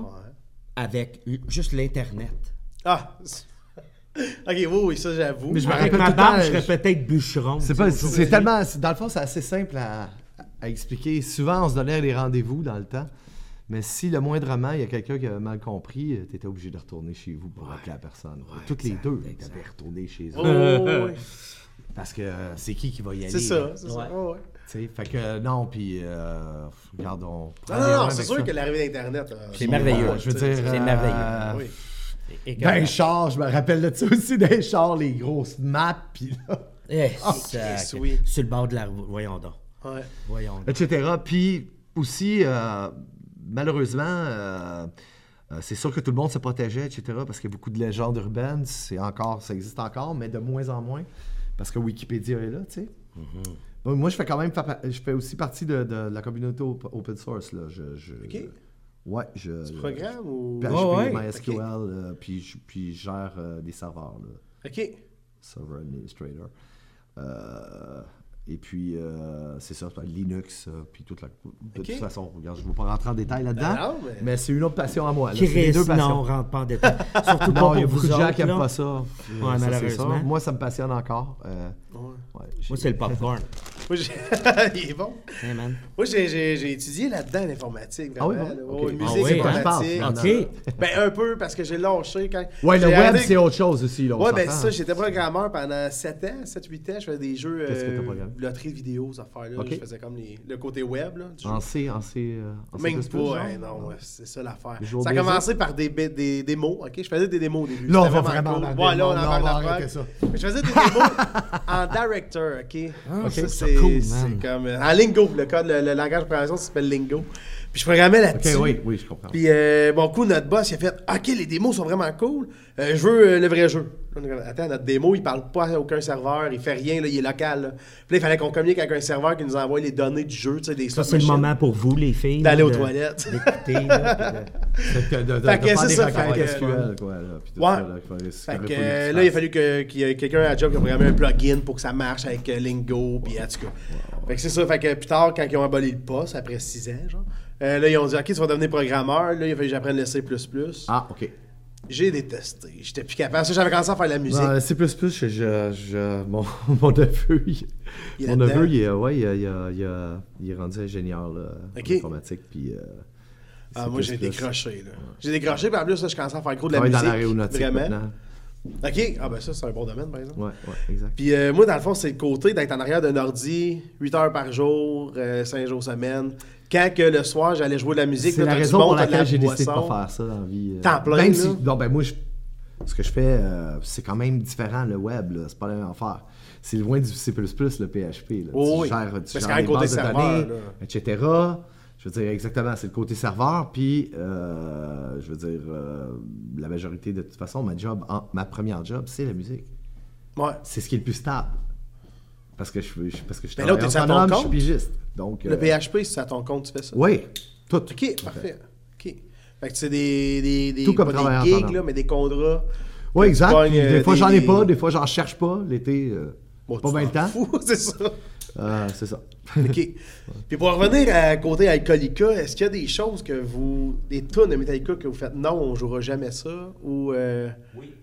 avec l- juste l'Internet. Ah! (laughs) c'est- Ok, oui, oui, ça j'avoue. Mais je me Ah, Avec rappelle ma tout le temps, barbe, je je- serais peut-être bûcheron. C'est tu pas, sais, c'est- aujourd'hui. c'est tellement, c'est- dans le fond, c'est assez simple à, à expliquer. Souvent, on se donnait des rendez-vous dans le temps, mais si le moindrement, il y a quelqu'un qui a mal compris, tu étais obligé de retourner chez vous pour appeler la personne. Toutes les deux, tu retourné chez eux. oh, oui, oui, (laughs) Parce que euh, c'est qui qui va y aller? c'est ça, là, c'est Ouais. ça. ouais, ouais. tu sais? Fait que euh, non, puis euh, regarde, on prend Ah, Non, les non, non, reins c'est avec sûr ça. que l'arrivée d'Internet. euh, Ah C'est merveilleux. Euh, je veux dire, C'est euh, merveilleux. Oui. Et que- D'un char, Ben, je me rappelle de ça aussi, (laughs) d'un char, les grosses maps, puis là, Eh, Ah, Christ, sacré. oui. Sur le bord de la roue. Voyons donc. Ouais. Voyons donc. etc. Puis aussi, euh, malheureusement, euh, euh, c'est sûr que tout le monde se protégeait, etc. Parce qu'il y a beaucoup de légendes urbaines, c'est encore, ça existe encore, mais de moins en moins, parce que Wikipédia est là, tu sais. Mm-hmm. Bon, moi, je fais quand même, fa- pa- je fais aussi partie de, de la communauté op- open source, là. Je, je- Ok. Ouais, je. Tu programmes ou. PHP, Ah ouais? MySQL, euh, puis, je, puis je gère euh, des serveurs, là. Ok. Server Administrator. Euh, et puis, euh, c'est ça, c'est Linux, euh, puis toute la. De Ok. toute façon, regarde, je ne vais pas rentrer en détail là-dedans. Ben non, mais- c'est une autre passion à moi. là. C'est mes Chris, deux non, on passions. rentre pas en détail. (laughs) Surtout pas Non, il y a pour beaucoup vous de gens autres, qui n'aiment là. pas ça. Euh, ça, c'est malheureusement. ça. Moi, ça me passionne encore. euh, ouais. Moi, c'est le popcorn. Moi, j'ai- (laughs) Il est bon. Hey, man. Moi, j'ai- j'ai j'ai étudié là-dedans l'informatique. Ah oui, vraiment, bon? là. Ok. Ouais, Ah Musique oui, hein? informatique. Ah, OK. Ben, un peu, parce que j'ai lâché quand. Ouais, le j'ai web, arrêté- c'est autre chose aussi. Là, on Ouais, ben c'est s'entend. ça, j'étais programmeur pendant 7 ans, 7-8 ans. Je faisais des jeux. Qu'est-ce que t'as euh, programmé? Loterie de vidéos, ces affaires-là. Ok. Ah, Je faisais comme les- le côté web. Là, du jeu. En C, en C. euh, en C++, Même genre? pas, hein, non, ouais, c'est ça l'affaire. Les jours Ça a baisés. commencé par des, ba- des démos, ok? Je faisais des démos au début. Là, on C'était va vraiment cool. embarquer Ouais, le là, on monde, là, on embarque va l'affaire. arrêter ça. Mais Je faisais des démos en director, ok? ok, Ça, c'est c'est cool, c'est man. comme. euh, En lingo, le code, le, le langage de programmation ça s'appelle lingo. Puis je programmais Ok, là-dessus. oui, oui, je comprends. Puis, euh, bon coup, notre boss, il a fait Ok, les démos sont vraiment cool. Euh, je veux euh, le vrai jeu. Là, on est comme, Attends, notre démo, il parle pas à aucun serveur, il fait rien, là, il est local. là. Puis là, il fallait qu'on communique avec un serveur qui nous envoie les données du jeu, tu sais, des slot Ça, c'est le machines. moment pour vous, les filles. D'aller là, aux de- toilettes. D'écouter. là, puis de- Fait que de- de- de Fait que faire c'est des ça, requêtes fait que- SQL, quoi. là, puis tout Ouais. ça, là, c'est Fait comme que, faut que euh, tu là, il a fasses. fallu que- qu'il y ait quelqu'un à job qui a programmé un plugin pour que ça marche avec euh, Lingo, puis en tout cas. Fait que c'est ça. Fait que plus tard, quand ils ont aboli le poste, après 6 ans, genre, euh, là, ils ont dit OK, tu vas devenir programmeur. Là, il a fallu que j'apprenne le C. Ah, OK. J'ai détesté. J'étais plus capable. Ça, j'avais commencé à faire de la musique. Non, c'est Bah, plus plus, je, je- je- mon, (laughs) mon neveu, il, Il est mon là-dedans. neveu, il, est- ouais, il, a- il a- il a- il est rendu ingénieur là, Ok. en informatique, puis euh, Ah, c'est moi, plus j'ai plus. décroché. là. J'ai décroché, puis en plus, là, je commençais à faire gros de il la travaille musique. dans l'aéronautique vraiment. maintenant. OK. Ah, ben ça, c'est un bon domaine, par exemple. Ouais, ouais, exact. Puis euh, moi, dans le fond, c'est le côté d'être en arrière d'un ordi, 8 heures par jour, 5 jours semaine. Quand que le soir, j'allais jouer de la musique, C'est là, la t'as du raison monde, pour t'as de laquelle j'ai décidé de boisson. pas faire ça dans la vie. euh, Temps plein, Même là. si, non, ben moi, je- ce que je fais, euh, c'est quand même différent le web, là, c'est pas la même affaire. C'est loin du C++, le PHP. Là. Oh tu oui. gères, tu Parce gères qu'à des côté bases de serveur, données, là. etc. Je veux dire, exactement, c'est le côté serveur. Puis, euh, je veux dire, euh, la majorité, de toute façon, ma job, en- ma première job, c'est la musique. Ouais. C'est ce qui est le plus stable. Parce que je, suis- je- parce que je Mais Ben là, travaille t'es à ton autonome, je suis compte? pigiste. Donc, Le PHP, c'est à ton compte, tu fais ça. Oui, Euh, tout. OK, parfait. OK. Fait que c'est des, des, des, Tout comme pas travailleur des gigs, autonome. là, mais des contrats. Oui, exact. pognes, Puis euh, des fois, des- j'en ai (laughs) pas, des- des fois, j'en cherche pas. L'été, euh, Bon, pas tu bien le t'en temps. fous, (laughs) c'est ça. Euh, (laughs) c'est ça. OK. Puis pour revenir à côté Alcoolica, est-ce qu'il y a des choses que vous. des tonnes de Metallica que vous faites non, on jouera jamais ça ou. euh, Oui.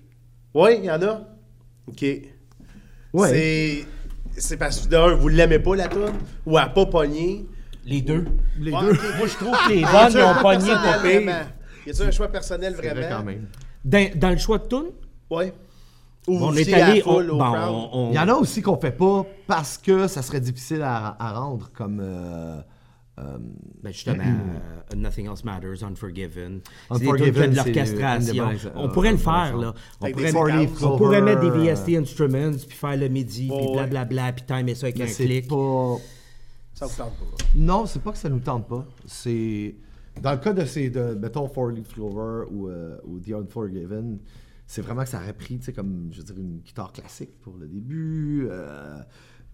Oui, il y en a. OK. Ouais. C'est. C'est parce que d'un, vous l'aimez pas la toune ou à pas pogné. Les deux. (laughs) Les Ouais, deux. ok. Moi, je trouve (laughs) que les Ah, y bonnes a-tu un ont choix pogné personnel, pas pire. vraiment? Y a-tu un choix personnel C'est vraiment? vrai quand même. Dans, dans le choix de tune, Ouais. Ou on vous est fiez à allé. la On, foule, au bon, crowd? on- on- Il y en a aussi qu'on fait pas parce que ça serait difficile à, à rendre comme. euh, euh, Ben justement, euh, Nothing Else Matters, Unforgiven. C'est des Mm-hmm. Unforgiven, trucs qui c'est ont de une des l'orchestration. bonnes- On pourrait le faire, euh, là. On Avec pourrait, des Four Leaf on Clover, pourrait mettre des euh, VST Instruments, puis faire le midi, puis ouais. blablabla, puis timer ça avec mais un c'est clic. pas. Ça vous tente pas. Non, c'est pas que ça nous tente pas. C'est. Dans le cas de ces. De, mettons Four Leaf Clover ou, euh, ou The Unforgiven, c'est vraiment que ça aurait pris, tu sais, comme, je veux dire, une guitare classique pour le début, euh,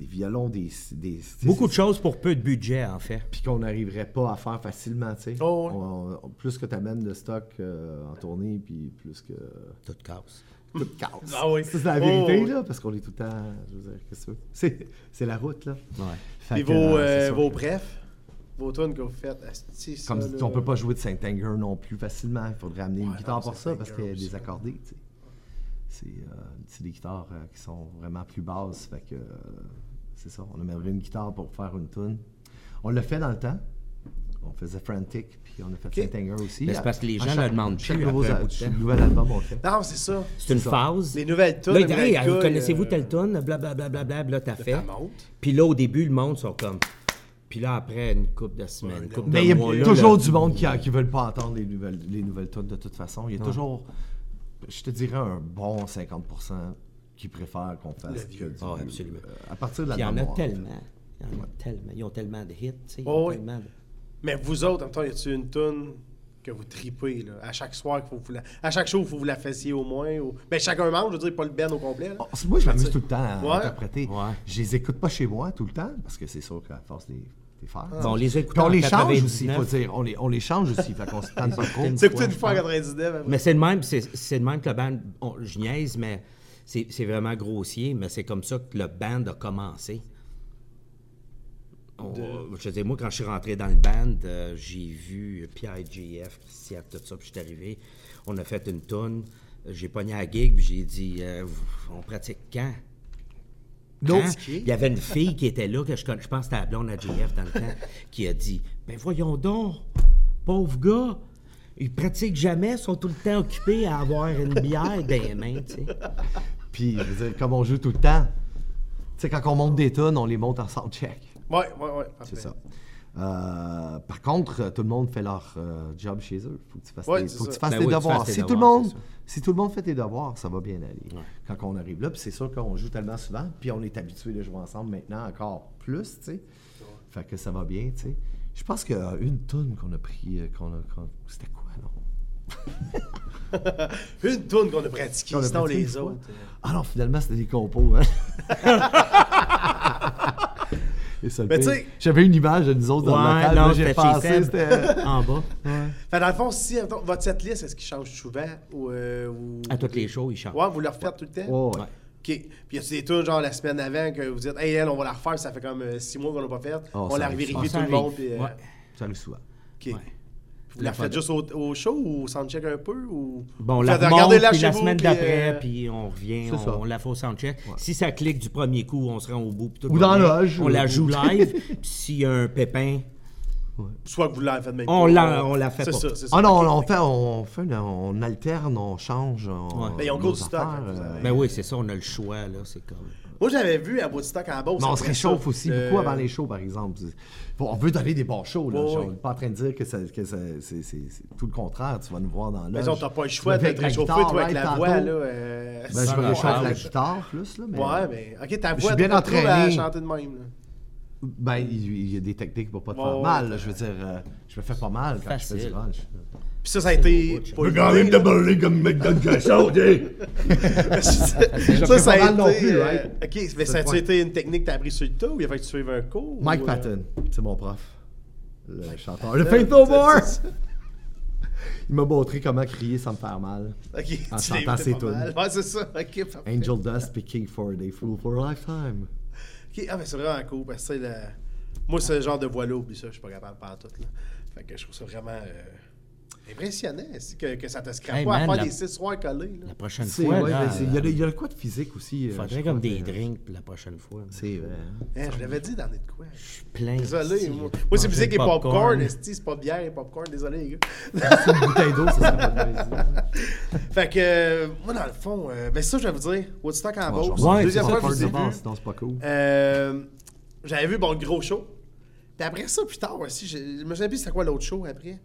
des violons, des. des Beaucoup de choses pour peu de budget, en fait. Puis qu'on n'arriverait pas à faire facilement, tu sais. Oh, ouais. On- on- plus que tu amènes de stock euh, en tournée, puis plus que. (laughs) Tout casse. Tout casse. Ah oui. Ça, c'est la Oh, vérité, oui. là, parce qu'on est tout le temps. Je veux dire, qu'est-ce que tu veux? C'est- C'est la route, là. Ouais. Fait Puis que, vos, euh, c'est euh, sûr vos que- brefs, vos tunes que vous faites, asti, ça, Comme là, on peut pas jouer de Saint-Anger non plus facilement. Il faudrait amener une guitare non, pour ça Saint-Anger parce qu'elle est aussi. désaccordée. tu sais. C'est euh, c'est des guitares euh, qui sont vraiment plus basses. Fait que euh, c'est ça. On amènerait une guitare pour faire une tune. On l'a fait dans le temps. On faisait Frantic, puis on a fait Saint-Anger aussi. Mais Ben, c'est parce que les À gens chaque- le demandent chaque plus nouveau, après un al- bout de temps. chaque nouvel album, on le fait. Non, c'est ça. C'est une phase. Les nouvelles tunes, Là, les ils disent, nouvelles Hey, vous gars, connaissez-vous euh, telle tonne, blablabla, bla, bla, bla, t'as fait. ça monte. Puis là, au début, le monde sont comme. Puis là, après, une coupe de semaines, une couple Mais il y de mois. a là, toujours le- du monde qui ne veulent pas entendre les nouvelles, les nouvelles tunes de toute façon. Il y a toujours, je te dirais, un bon 50% qui préfèrent qu'on fasse. que du- Ah, absolument. euh, à partir de la Puis il y en a mémoire, en fait. tellement. Il y en a tellement. Ils ont tellement de hits, tu sais. ils Oh, ont oui. tellement de- Mais vous autres, en même temps, y a-tu une tune que vous tripez, là, à chaque soir, qu'il faut vous la... à chaque show, il faut que vous la fassiez au moins? Ou... Ben, chacun membre, je veux dire, pas le Ben au complet. là. Oh, c'est- Moi, je m'amuse tout le temps à Ouais. interpréter. Ouais. Je les écoute pas chez moi tout le temps, parce que c'est sûr qu'à force des, des faire. Bon, on les écoute Puis on en les change aussi, 99. faut dire. On les, on les change aussi, fait (laughs) qu'on se tente pas compte. C'est écouté une fois en 99. après. Mais c'est le même, c'est c'est le même que le band. on- je niaise, mais c'est c'est vraiment grossier, mais c'est comme ça que le band a commencé. On- euh, Je veux dire, moi, quand je suis rentré dans le band, euh, j'ai vu PIGF, Christian, tout ça, puis je suis arrivé. On a fait une toune. J'ai pogné à la gig, puis j'ai dit euh, on pratique quand Donc, Hein? Il y avait une fille qui était là, que je, con- je pense que c'était la blonde à JF dans le temps, qui a dit Ben voyons donc, pauvre gars, ils pratiquent jamais, sont tout le temps occupés à avoir une bière dans les mains, tu sais. Puis, je veux dire, comme on joue tout le temps, tu sais, quand on monte des tonnes, on les monte en soundcheck. Ouais, ouais, ouais. parfait. C'est ça. Euh, par contre, euh, tout le monde fait leur euh, job chez eux. Faut que tu fasses, Ouais, tes, c'est faut que ça. tu fasses Ben tes oui, tu fasses devoirs. tes si, tout le devoirs, monde, c'est ça. si tout le monde fait tes devoirs, ça va bien aller. Quand on arrive là, puis c'est sûr qu'on joue tellement souvent, puis on est habitué de jouer ensemble maintenant encore plus, tu sais. Fait que ça va bien, tu sais. Je pense qu'une toune qu'on a pris, euh, qu'on a, qu'on- c'était quoi, non? Une tune qu'on a pratiquée, Qu'on a sinon pratiqué les une fois. autres. euh. Ah non, finalement, c'était des compos, (laughs) hein? Et ça, le Mais pire, tu sais- J'avais une image de nous autres dans le Ouais, local, non, là, j'ai c'était chez pensé, Seb. c'était... euh, En bas. Fait dans le fond, si mettons, votre setlist, est-ce qu'il change souvent ou, euh, ou- À toutes les shows, ils chantent. Ouais, vous le refaites tout le temps? Ouais, ouais. Ouais. OK. Puis y a des tunes genre la semaine avant que vous dites Hey elle, on va la refaire, ça fait comme euh, six mois qu'on l'a pas faite. Oh, on ça la arrive. revérifie Ah, tout ça le monde arrive. puis euh, Ouais. Ça arrive souvent. OK. Ouais. Puis Vous la faites juste au, au show ou on check un peu ou Bon, on Vous la faites, remonte, Regardez-la puis chez la vous, semaine puis, d'après, euh, puis on revient, C'est ça. on, on la fait au soundcheck. Si ça clique du premier coup, on se rend au bout. puis tout Ou va dans bien. la loge, On ou- la ou- joue (laughs) live. puis s'il y a un pépin, soit que vous la faites même On pas. l'a- on la fait C'est pas. ça, c'est ça. Ah non, on fait, on fait, une- on alterne, on change, on. Ouais. nos Mais ils ont gros du affaires, stock, hein, vous euh, avez. ben oui, c'est ça, on a le choix, là, c'est comme... Moi j'avais vu à Woodstock en bas. mais on se réchauffe aussi Euh, beaucoup avant les shows, par exemple. Bon, on veut donner des bons shows, là. Ouais, Genre, ouais. On n'est pas en train de dire que, ça, que ça- c'est, c'est- c'est tout le contraire. Tu vas nous voir dans Mais l'âge. on t'as pas le choix de Avec te la réchauffer guitare, toi avec la live voix tantôt. là. euh, Ben, je sans me la réchauffe voix. la rage. guitare plus, là. Mais, Ouais, mais OK, ta Je voix suis bien t'as pas trop à entraîné. chanter de même. là. Ben, il, il y a des techniques pour pas te Ouais, faire ouais. mal, là. Je veux dire, euh, je me fais pas mal quand je fais Facile. du grunge. Puis ça ça a été beau, pas idée, là. ça, (laughs) fais ça pas a mal non été. plus, euh, right? OK, mais C'est ça le a point. été une technique que t'as appris sur le tas ou il a fallu que tu suives un cours? Mike ou, euh, Patton, c'est mon prof. Le chanteur. Le Faith No More! Il m'a montré comment crier sans me faire mal. OK, En tu chantant l'évitais ses pas tunes. mal. Ouais, c'est ça. OK, parfait. Angel Dust picking for a day, fool for a lifetime. OK, ah, mais c'est vraiment cool parce que, tu sais, le... moi, ce genre de voile oublie ça, je suis pas capable de faire tout. Là. Fait que je trouve ça vraiment euh, impressionnant est-ce que, que ça te scrape Hey, pas à man, faire la- des six soirs collés. Là. La prochaine C'est fois, ouais, là, ben, c'est- il y a- il y a le quoi de physique aussi. euh, je faudrait crois comme des que- drinks la prochaine fois. là. C'est vrai. hein. Hein, je l'avais dit dans les de quoi. Je suis plein. Désolé, esti, moi, j'ai moi c'est mangé musique le et popcorn, popcorn. esti, c'est pas bière et popcorn, désolé les gars. (laughs) Une bouteille d'eau, ça serait pas une mauvaise idée. Fait que, euh, moi, dans le fond, euh, ben, ça, je vais vous dire, Woodstock en Ouais, Beauce, je Ouais, deuxième c'est fois pas que je vous ai de base, vu. sinon c'est pas cool. Euh, j'avais vu, bon, le gros show. Puis après ça, plus tard aussi, je, je me souviens plus c'était quoi l'autre show après.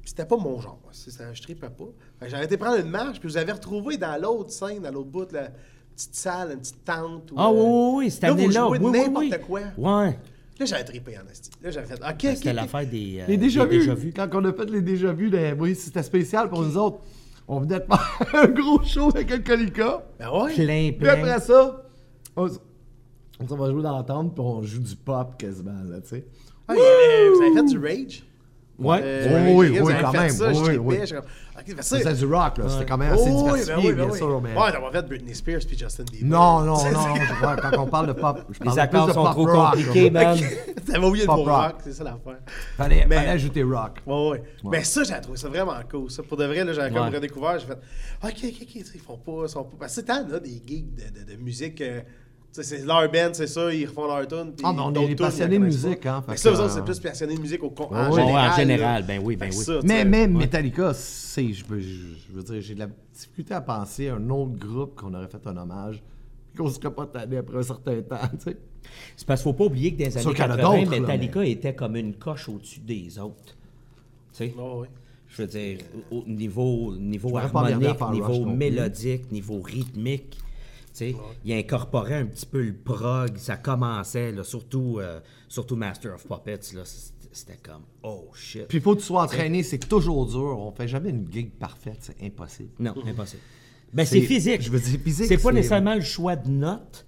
Puis c'était pas mon genre. C'est- Ça, je tripais pas. Fait que j'avais été prendre une marche, puis je vous avais retrouvé dans l'autre scène, dans l'autre bout, la petite salle, une petite tente. ou, Ah euh, oui, oui, oui, c'était là, amené vous là. jouez oui, oui, n'importe oui. quoi. Ouais. Là, Là, j'avais trippé en esti. Là, j'avais fait, OK, ok, C'était ok. l'affaire des. euh, Les déjà des vus. Quand on a fait les déjà vus, ben oui, c'était spécial pour nous autres. On venait de faire (laughs) un gros show avec le Colica. Ben ouais. Plein, Puis après plein. ça, on, s- on s'en va jouer dans la tente, puis on joue du pop quasiment, là, tu sais. Ah, il y avait- vous avez fait du rage? Ouais, Euh, oui, les oui, gars, vous oui, avez quand fait même. ça, je oui, trippais, oui. j'étais comme, OK, fais ça. C'était du rock, là. C'était quand même assez Oh, oui, diversifié, ben oui, ben bien oui. sûr, mais... Ouais, d'avoir fait Britney Spears puis Justin Bieber. Non, (laughs) non, non. je- ouais, quand on parle de pop, je parle de Les plus accords de sont pop trop rock. compliqués, là. man. (laughs) T'avais oublié le Um, Pop mot rock. rock, c'est ça l'affaire. Fallait, Mais- fallait ajouter rock. Ouais, ouais. Mais ça, j'ai trouvé ça vraiment cool. Ça. Pour de vrai, là, j'avais comme Ouais. redécouvert. J'ai fait, OK, OK, OK, ils font pas. Ils sont pas... Parce que t'en as des gigs de, de, de musique. euh, tu sais, c'est leur band, c'est ça, ils refont leur tune. puis Ah, mais on d'autres est des tunes, ils la passionnés de connaissent musique, pas. hein, Mais fait ça, que, vous autres, euh, c'est plus passionnés de musique au con- ouais, en, ouais, en général, là. général, ben oui, ben Fait que oui. ça, tu Mais sais, même Metallica, c'est, je, peux- je- je veux dire, j'ai de la difficulté à penser à un autre groupe qu'on aurait fait un hommage, puis qu'on serait pas tanné après un certain temps, tu sais. C'est parce qu'il faut pas oublier que dans les Sûr années qu'il y en a 80, d'autres, là, Metallica était comme une coche au-dessus des autres. Tu sais? Ouais, ouais. Euh, Je veux dire, au au niveau, niveau m'aurais pas regardé à harmonique, faire Rush non niveau plus. mélodique, niveau rythmique, tu sais, il incorporait un petit peu le prog, ça commençait, là, surtout, euh, surtout Master of Puppets, là, c'était c'était comme « Oh shit Puis il faut que tu sois entraîné, c'est toujours dur. On fait jamais une gig parfaite, c'est impossible. ». Non, (laughs) impossible. Ben, c'est C'est- physique. je veux dire, physique, C'est pas c'est- nécessairement le choix de notes,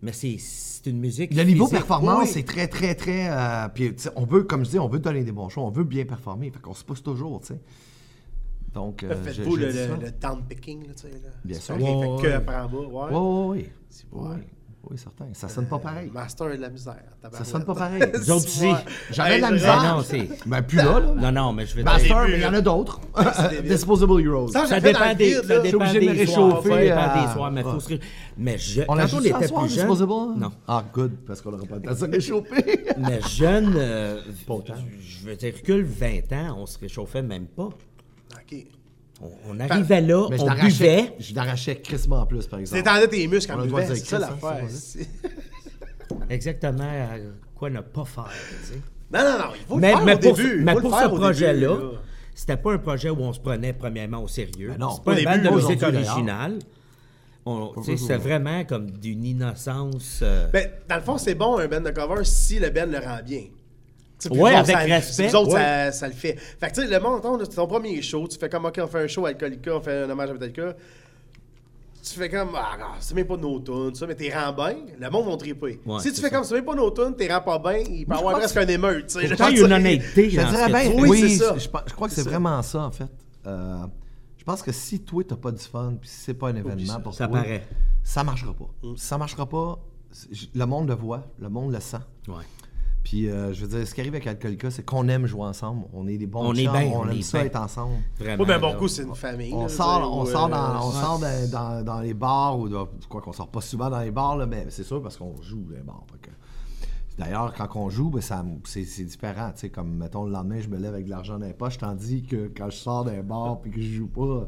mais c'est- c'est une musique Le niveau physique. performance, Oui. c'est très, très, très. euh, puis, tu sais, on veut, comme je dis, on veut donner des bons shows, on veut bien performer. Fait qu'on se pousse toujours, tu sais. Donc, euh, je- Faites-vous je le, dis ça. le, le town picking, là, tu sais. Là. Bien C'est sûr. vrai, Ouais, fait que ouais. par en bas, ouais. Ouais, ouais, ouais. vrai. Ouais, ouais, certain. Euh, Ça sonne pas pareil. Master de la misère. Ça tabarouette. sonne pas (laughs) pareil. C'est autres aussi. vrai. J'avais de la Hey, je- misère. Ah non, c'est- Ben, plus là, là. Non, non, mais je veux dire... Master, début, mais il y en a (laughs) d'autres. débile. (laughs) Disposable Heroes. Ça, Ça j'ai fait dans dépend le des, vide, ça là. dépend J'suis obligé de me des soirs, ça réchauffer, dépend euh, des soirs, mais faut se ré- Mais je, On l'a quand on joué était ce soir, plus jeune, Disposable? non, Ah, good, parce qu'on n'aura pas le temps de se réchauffer. mais jeune, euh, je veux dire que le 20 ans, on se réchauffait même pas. Ok. On, on arrivait là, Mais je on l'arrachais. buvait. Je l'arrachais crissement en plus, par exemple. T'étendais tes muscles On en a le droit buvant, de c'est dire ça Chris, hein, l'affaire. c'est Exactement à quoi ne pas faire. tu sais. Non, non, non, il faut Mais, le faire mais au pour, début. mais faut le pour faire ce au début, projet-là, là. c'était pas un projet où on se prenait premièrement au sérieux. Ben non, c'est pas au un bal début, de musique aujourd'hui, d'ailleurs. originale. On- tu sais, C'était vraiment comme d'une innocence. euh, Ben, dans le fond, c'est bon un band de cover si le band le rend bien. Tu sais, puis Ouais, vous avec autres, ça- respect, Vous autres, ouais. ça, ça le fait. Fait que tu sais, le monde, mettons, là, c'est ton premier show, tu fais comme, OK, on fait un show à Alcoolica, on fait un hommage à Metallica. Tu fais comme, ah, non, c'est même pas nos tunes, ça, mais t'es rends bien, le monde va triper. Ouais, si tu c'est fais ça. comme, c'est même pas nos tunes, t'es rends pas bien, il peut y avoir presque un émeute, tu sais. Pourtant, il y Je (laughs) a une sais. honnêteté. Je dans hein, ce dirais que tu bien, fais. oui, Oui, c'est c'est- ça. Je, pense- je crois que c'est vraiment ça, en fait. Euh, je pense que si toi, t'as pas du fun, puis si c'est pas un événement pour Ça toi, paraît. Mm. ça marchera pas. Ça marchera pas. C'est- je- Le monde le voit, le monde le sent. Ouais. Puis, euh, je veux dire, ce qui arrive avec Alcoolica, c'est qu'on aime jouer ensemble. On est des bons On est chums, bien, on, on aime est ça bien. être ensemble. Vraiment, Ouais, mais là. ben, bon coup, c'est une famille. On là, tu sais, sort, on ou, euh, sort, dans, on ouais. sort dans, dans- dans les bars, ou dans- quoi qu'on sort pas souvent dans les bars, là, mais c'est sûr parce qu'on joue les bars. fait que- D'ailleurs, quand on joue, ben, ça me- c'est c'est différent. tu sais, Comme, mettons, le lendemain, je me lève avec de l'argent dans les poches, tandis que quand je sors d'un bar et que je joue pas,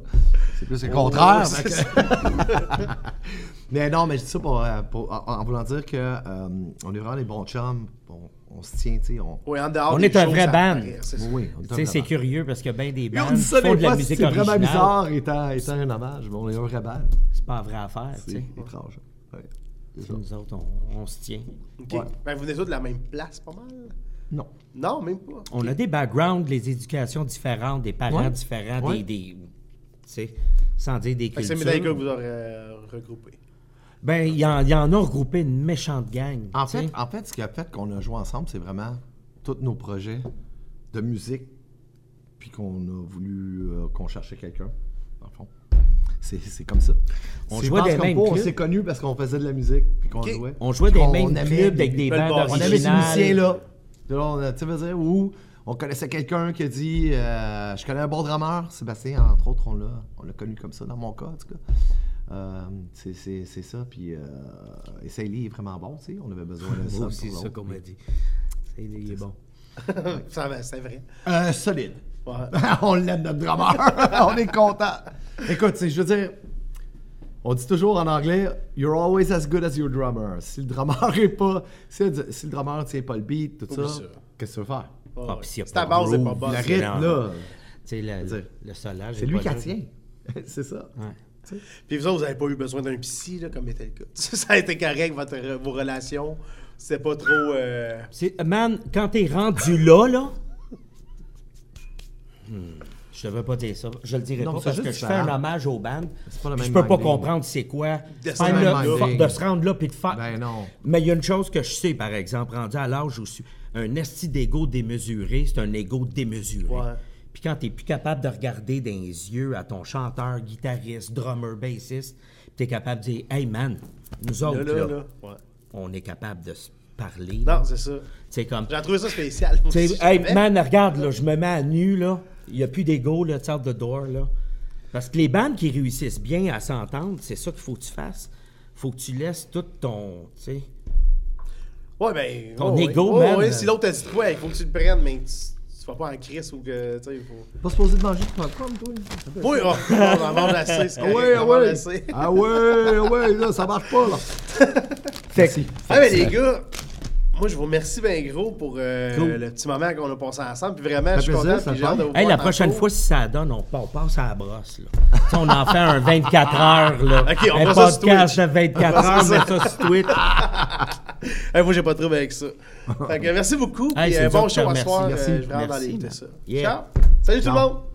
c'est plus Oh, le contraire. fait que- (laughs) mais non, mais je dis ça pour, euh, pour- en, en voulant dire que euh, on est vraiment des bons chums, on, on se tient, tu sais. On... Ouais, en dehors On des est un shows, vrai ça band. paraît, c'est ça. Oui, on est Tu sais, c'est vraiment- curieux parce que bien des Puis bands on dit ça font des de la fois, musique c'est originale. vraiment bizarre étant, étant un hommage, mais on est un rebelle. C'est pas vrai à faire, tu C'est sais. étrange. Ouais. C'est Nous autres, on, on se tient. Ok. Ouais. Ben, vous venez tous de la même place, pas mal? Non. Non, même pas. On a des backgrounds, des éducations différentes, des parents Ouais. différents, Ouais. des, des- tu sais, sans dire des Fait que cultures. c'est Metallica que vous aurez euh, regroupé. (laughs) Ben, il y, en- il y en a regroupé une méchante gang. En tu sais. fait, en fait, ce qui a fait qu'on a joué ensemble, c'est vraiment tous nos projets de musique, puis qu'on a voulu euh, qu'on cherchait quelqu'un, dans le fond. C'est c'est comme ça. On C'est- jouait je pense des comme mêmes pas, On clubs. s'est connus parce qu'on faisait de la musique, puis qu'on Ok. jouait. on jouait Puis des qu'on mêmes aimait clubs des- avec des belles bandes basses. On avait ce originales. musicien-là. Puis là, on a- Tu sais, je veux dire, où on connaissait quelqu'un qui a dit euh, Je connais un bon drummer, Sébastien, entre autres, on l'a, on l'a connu comme ça, dans mon cas, en tout cas. Euh, c'est, c'est, c'est ça, puis euh, et Sally est vraiment bon, tu sais, on avait besoin de ça. (laughs) Moi aussi, pour c'est ça l'autre. qu'on m'a dit. C'est il est bon. Ça va, c'est vrai. Euh, solide. (laughs) Ouais. on l'aime, notre drummer. (laughs) on est content. Écoute, tu sais, je veux dire, on dit toujours en anglais, You're always as good as your drummer. Si le drummer (laughs) est pas. Si le, si le drummer tient pas le beat, tout ça, Oublie ça. qu'est-ce que tu veux faire? Ouais, Ah, ouais. puis s'il y a C'est pas ta de base, c'est pas groove, bonne. Le c'est rythme, dans- là, Tu sais, le, dire, le solage. c'est est lui pas qui la là. tient. (laughs) c'est ça. Ouais. (laughs) Puis vous autres, vous n'avez pas eu besoin d'un psy, là, comme Metallica. Ça a été correct, votre, vos euh, relations. c'est pas trop. euh, C'est- Man, quand t'es rendu là, là. Hmm, Je devrais pas dire ça. Je le dirai Non, pas c'est parce que juste je fais un différent. hommage au band. C'est pas le puis Je même peux pas minding. comprendre c'est quoi. De se Faire rendre le- là. fa- de se rendre là puis de faire. Ben non. Mais il y a une chose que je sais, par exemple, rendu à l'âge où je suis- un esti d'ego démesuré, c'est un ego démesuré. Ouais. Puis quand t'es plus capable de regarder dans les yeux à ton chanteur, guitariste, drummer, bassiste, puis t'es capable de dire Hey man, nous autres, Là, là, là, là. Ouais. on est capable de se parler. Non, c'est ça. C'est comme. J'ai trouvé ça spécial. moi T'sais, aussi, je hey, savais. man, regarde, là, je me mets à nu, là. Il n'y a plus d'ego, là, it's out the door, là. Parce que les bandes qui réussissent bien à s'entendre, c'est ça qu'il faut que tu fasses. faut que tu laisses tout ton. tu sais. Ouais, ben. Ton ouais, ego, ouais, man. ouais, si l'autre t'a dit quoi, il faut que tu le prennes, mais tu, tu vas pas en crise ou que. Tu sais, il faut. Pas supposé de manger de popcorn, toi? Oui, oh, on va en lasser, c'est correct, on va en lasser. Ah ouais, ah ouais, là, ça marche (laughs) pas, là. Merci. Ah, mais les gars, moi je vous remercie bien gros pour euh, le petit moment qu'on a passé ensemble. Puis vraiment, je suis plaisir, content. ça Puis j'ai fait. hâte de vous Hey, voir la prochaine tantôt. fois, si ça donne, on, on passe à la brosse, là. Tu sais, on en (laughs) fait un 24 heures, là. Ok, on un passe ça sur podcast de Twitch. 24 heures, on met ça sur Twitch. Hey, Euh, moi j'ai pas de trouble (laughs) avec ça. fait que merci beaucoup. Hey, puis c'est euh, dur bon de te show à remercier. soir. euh, Merci. je vais vraiment Merci, aller écouter man. ça. Yeah. Ciao. Salut tout le Ciao. monde.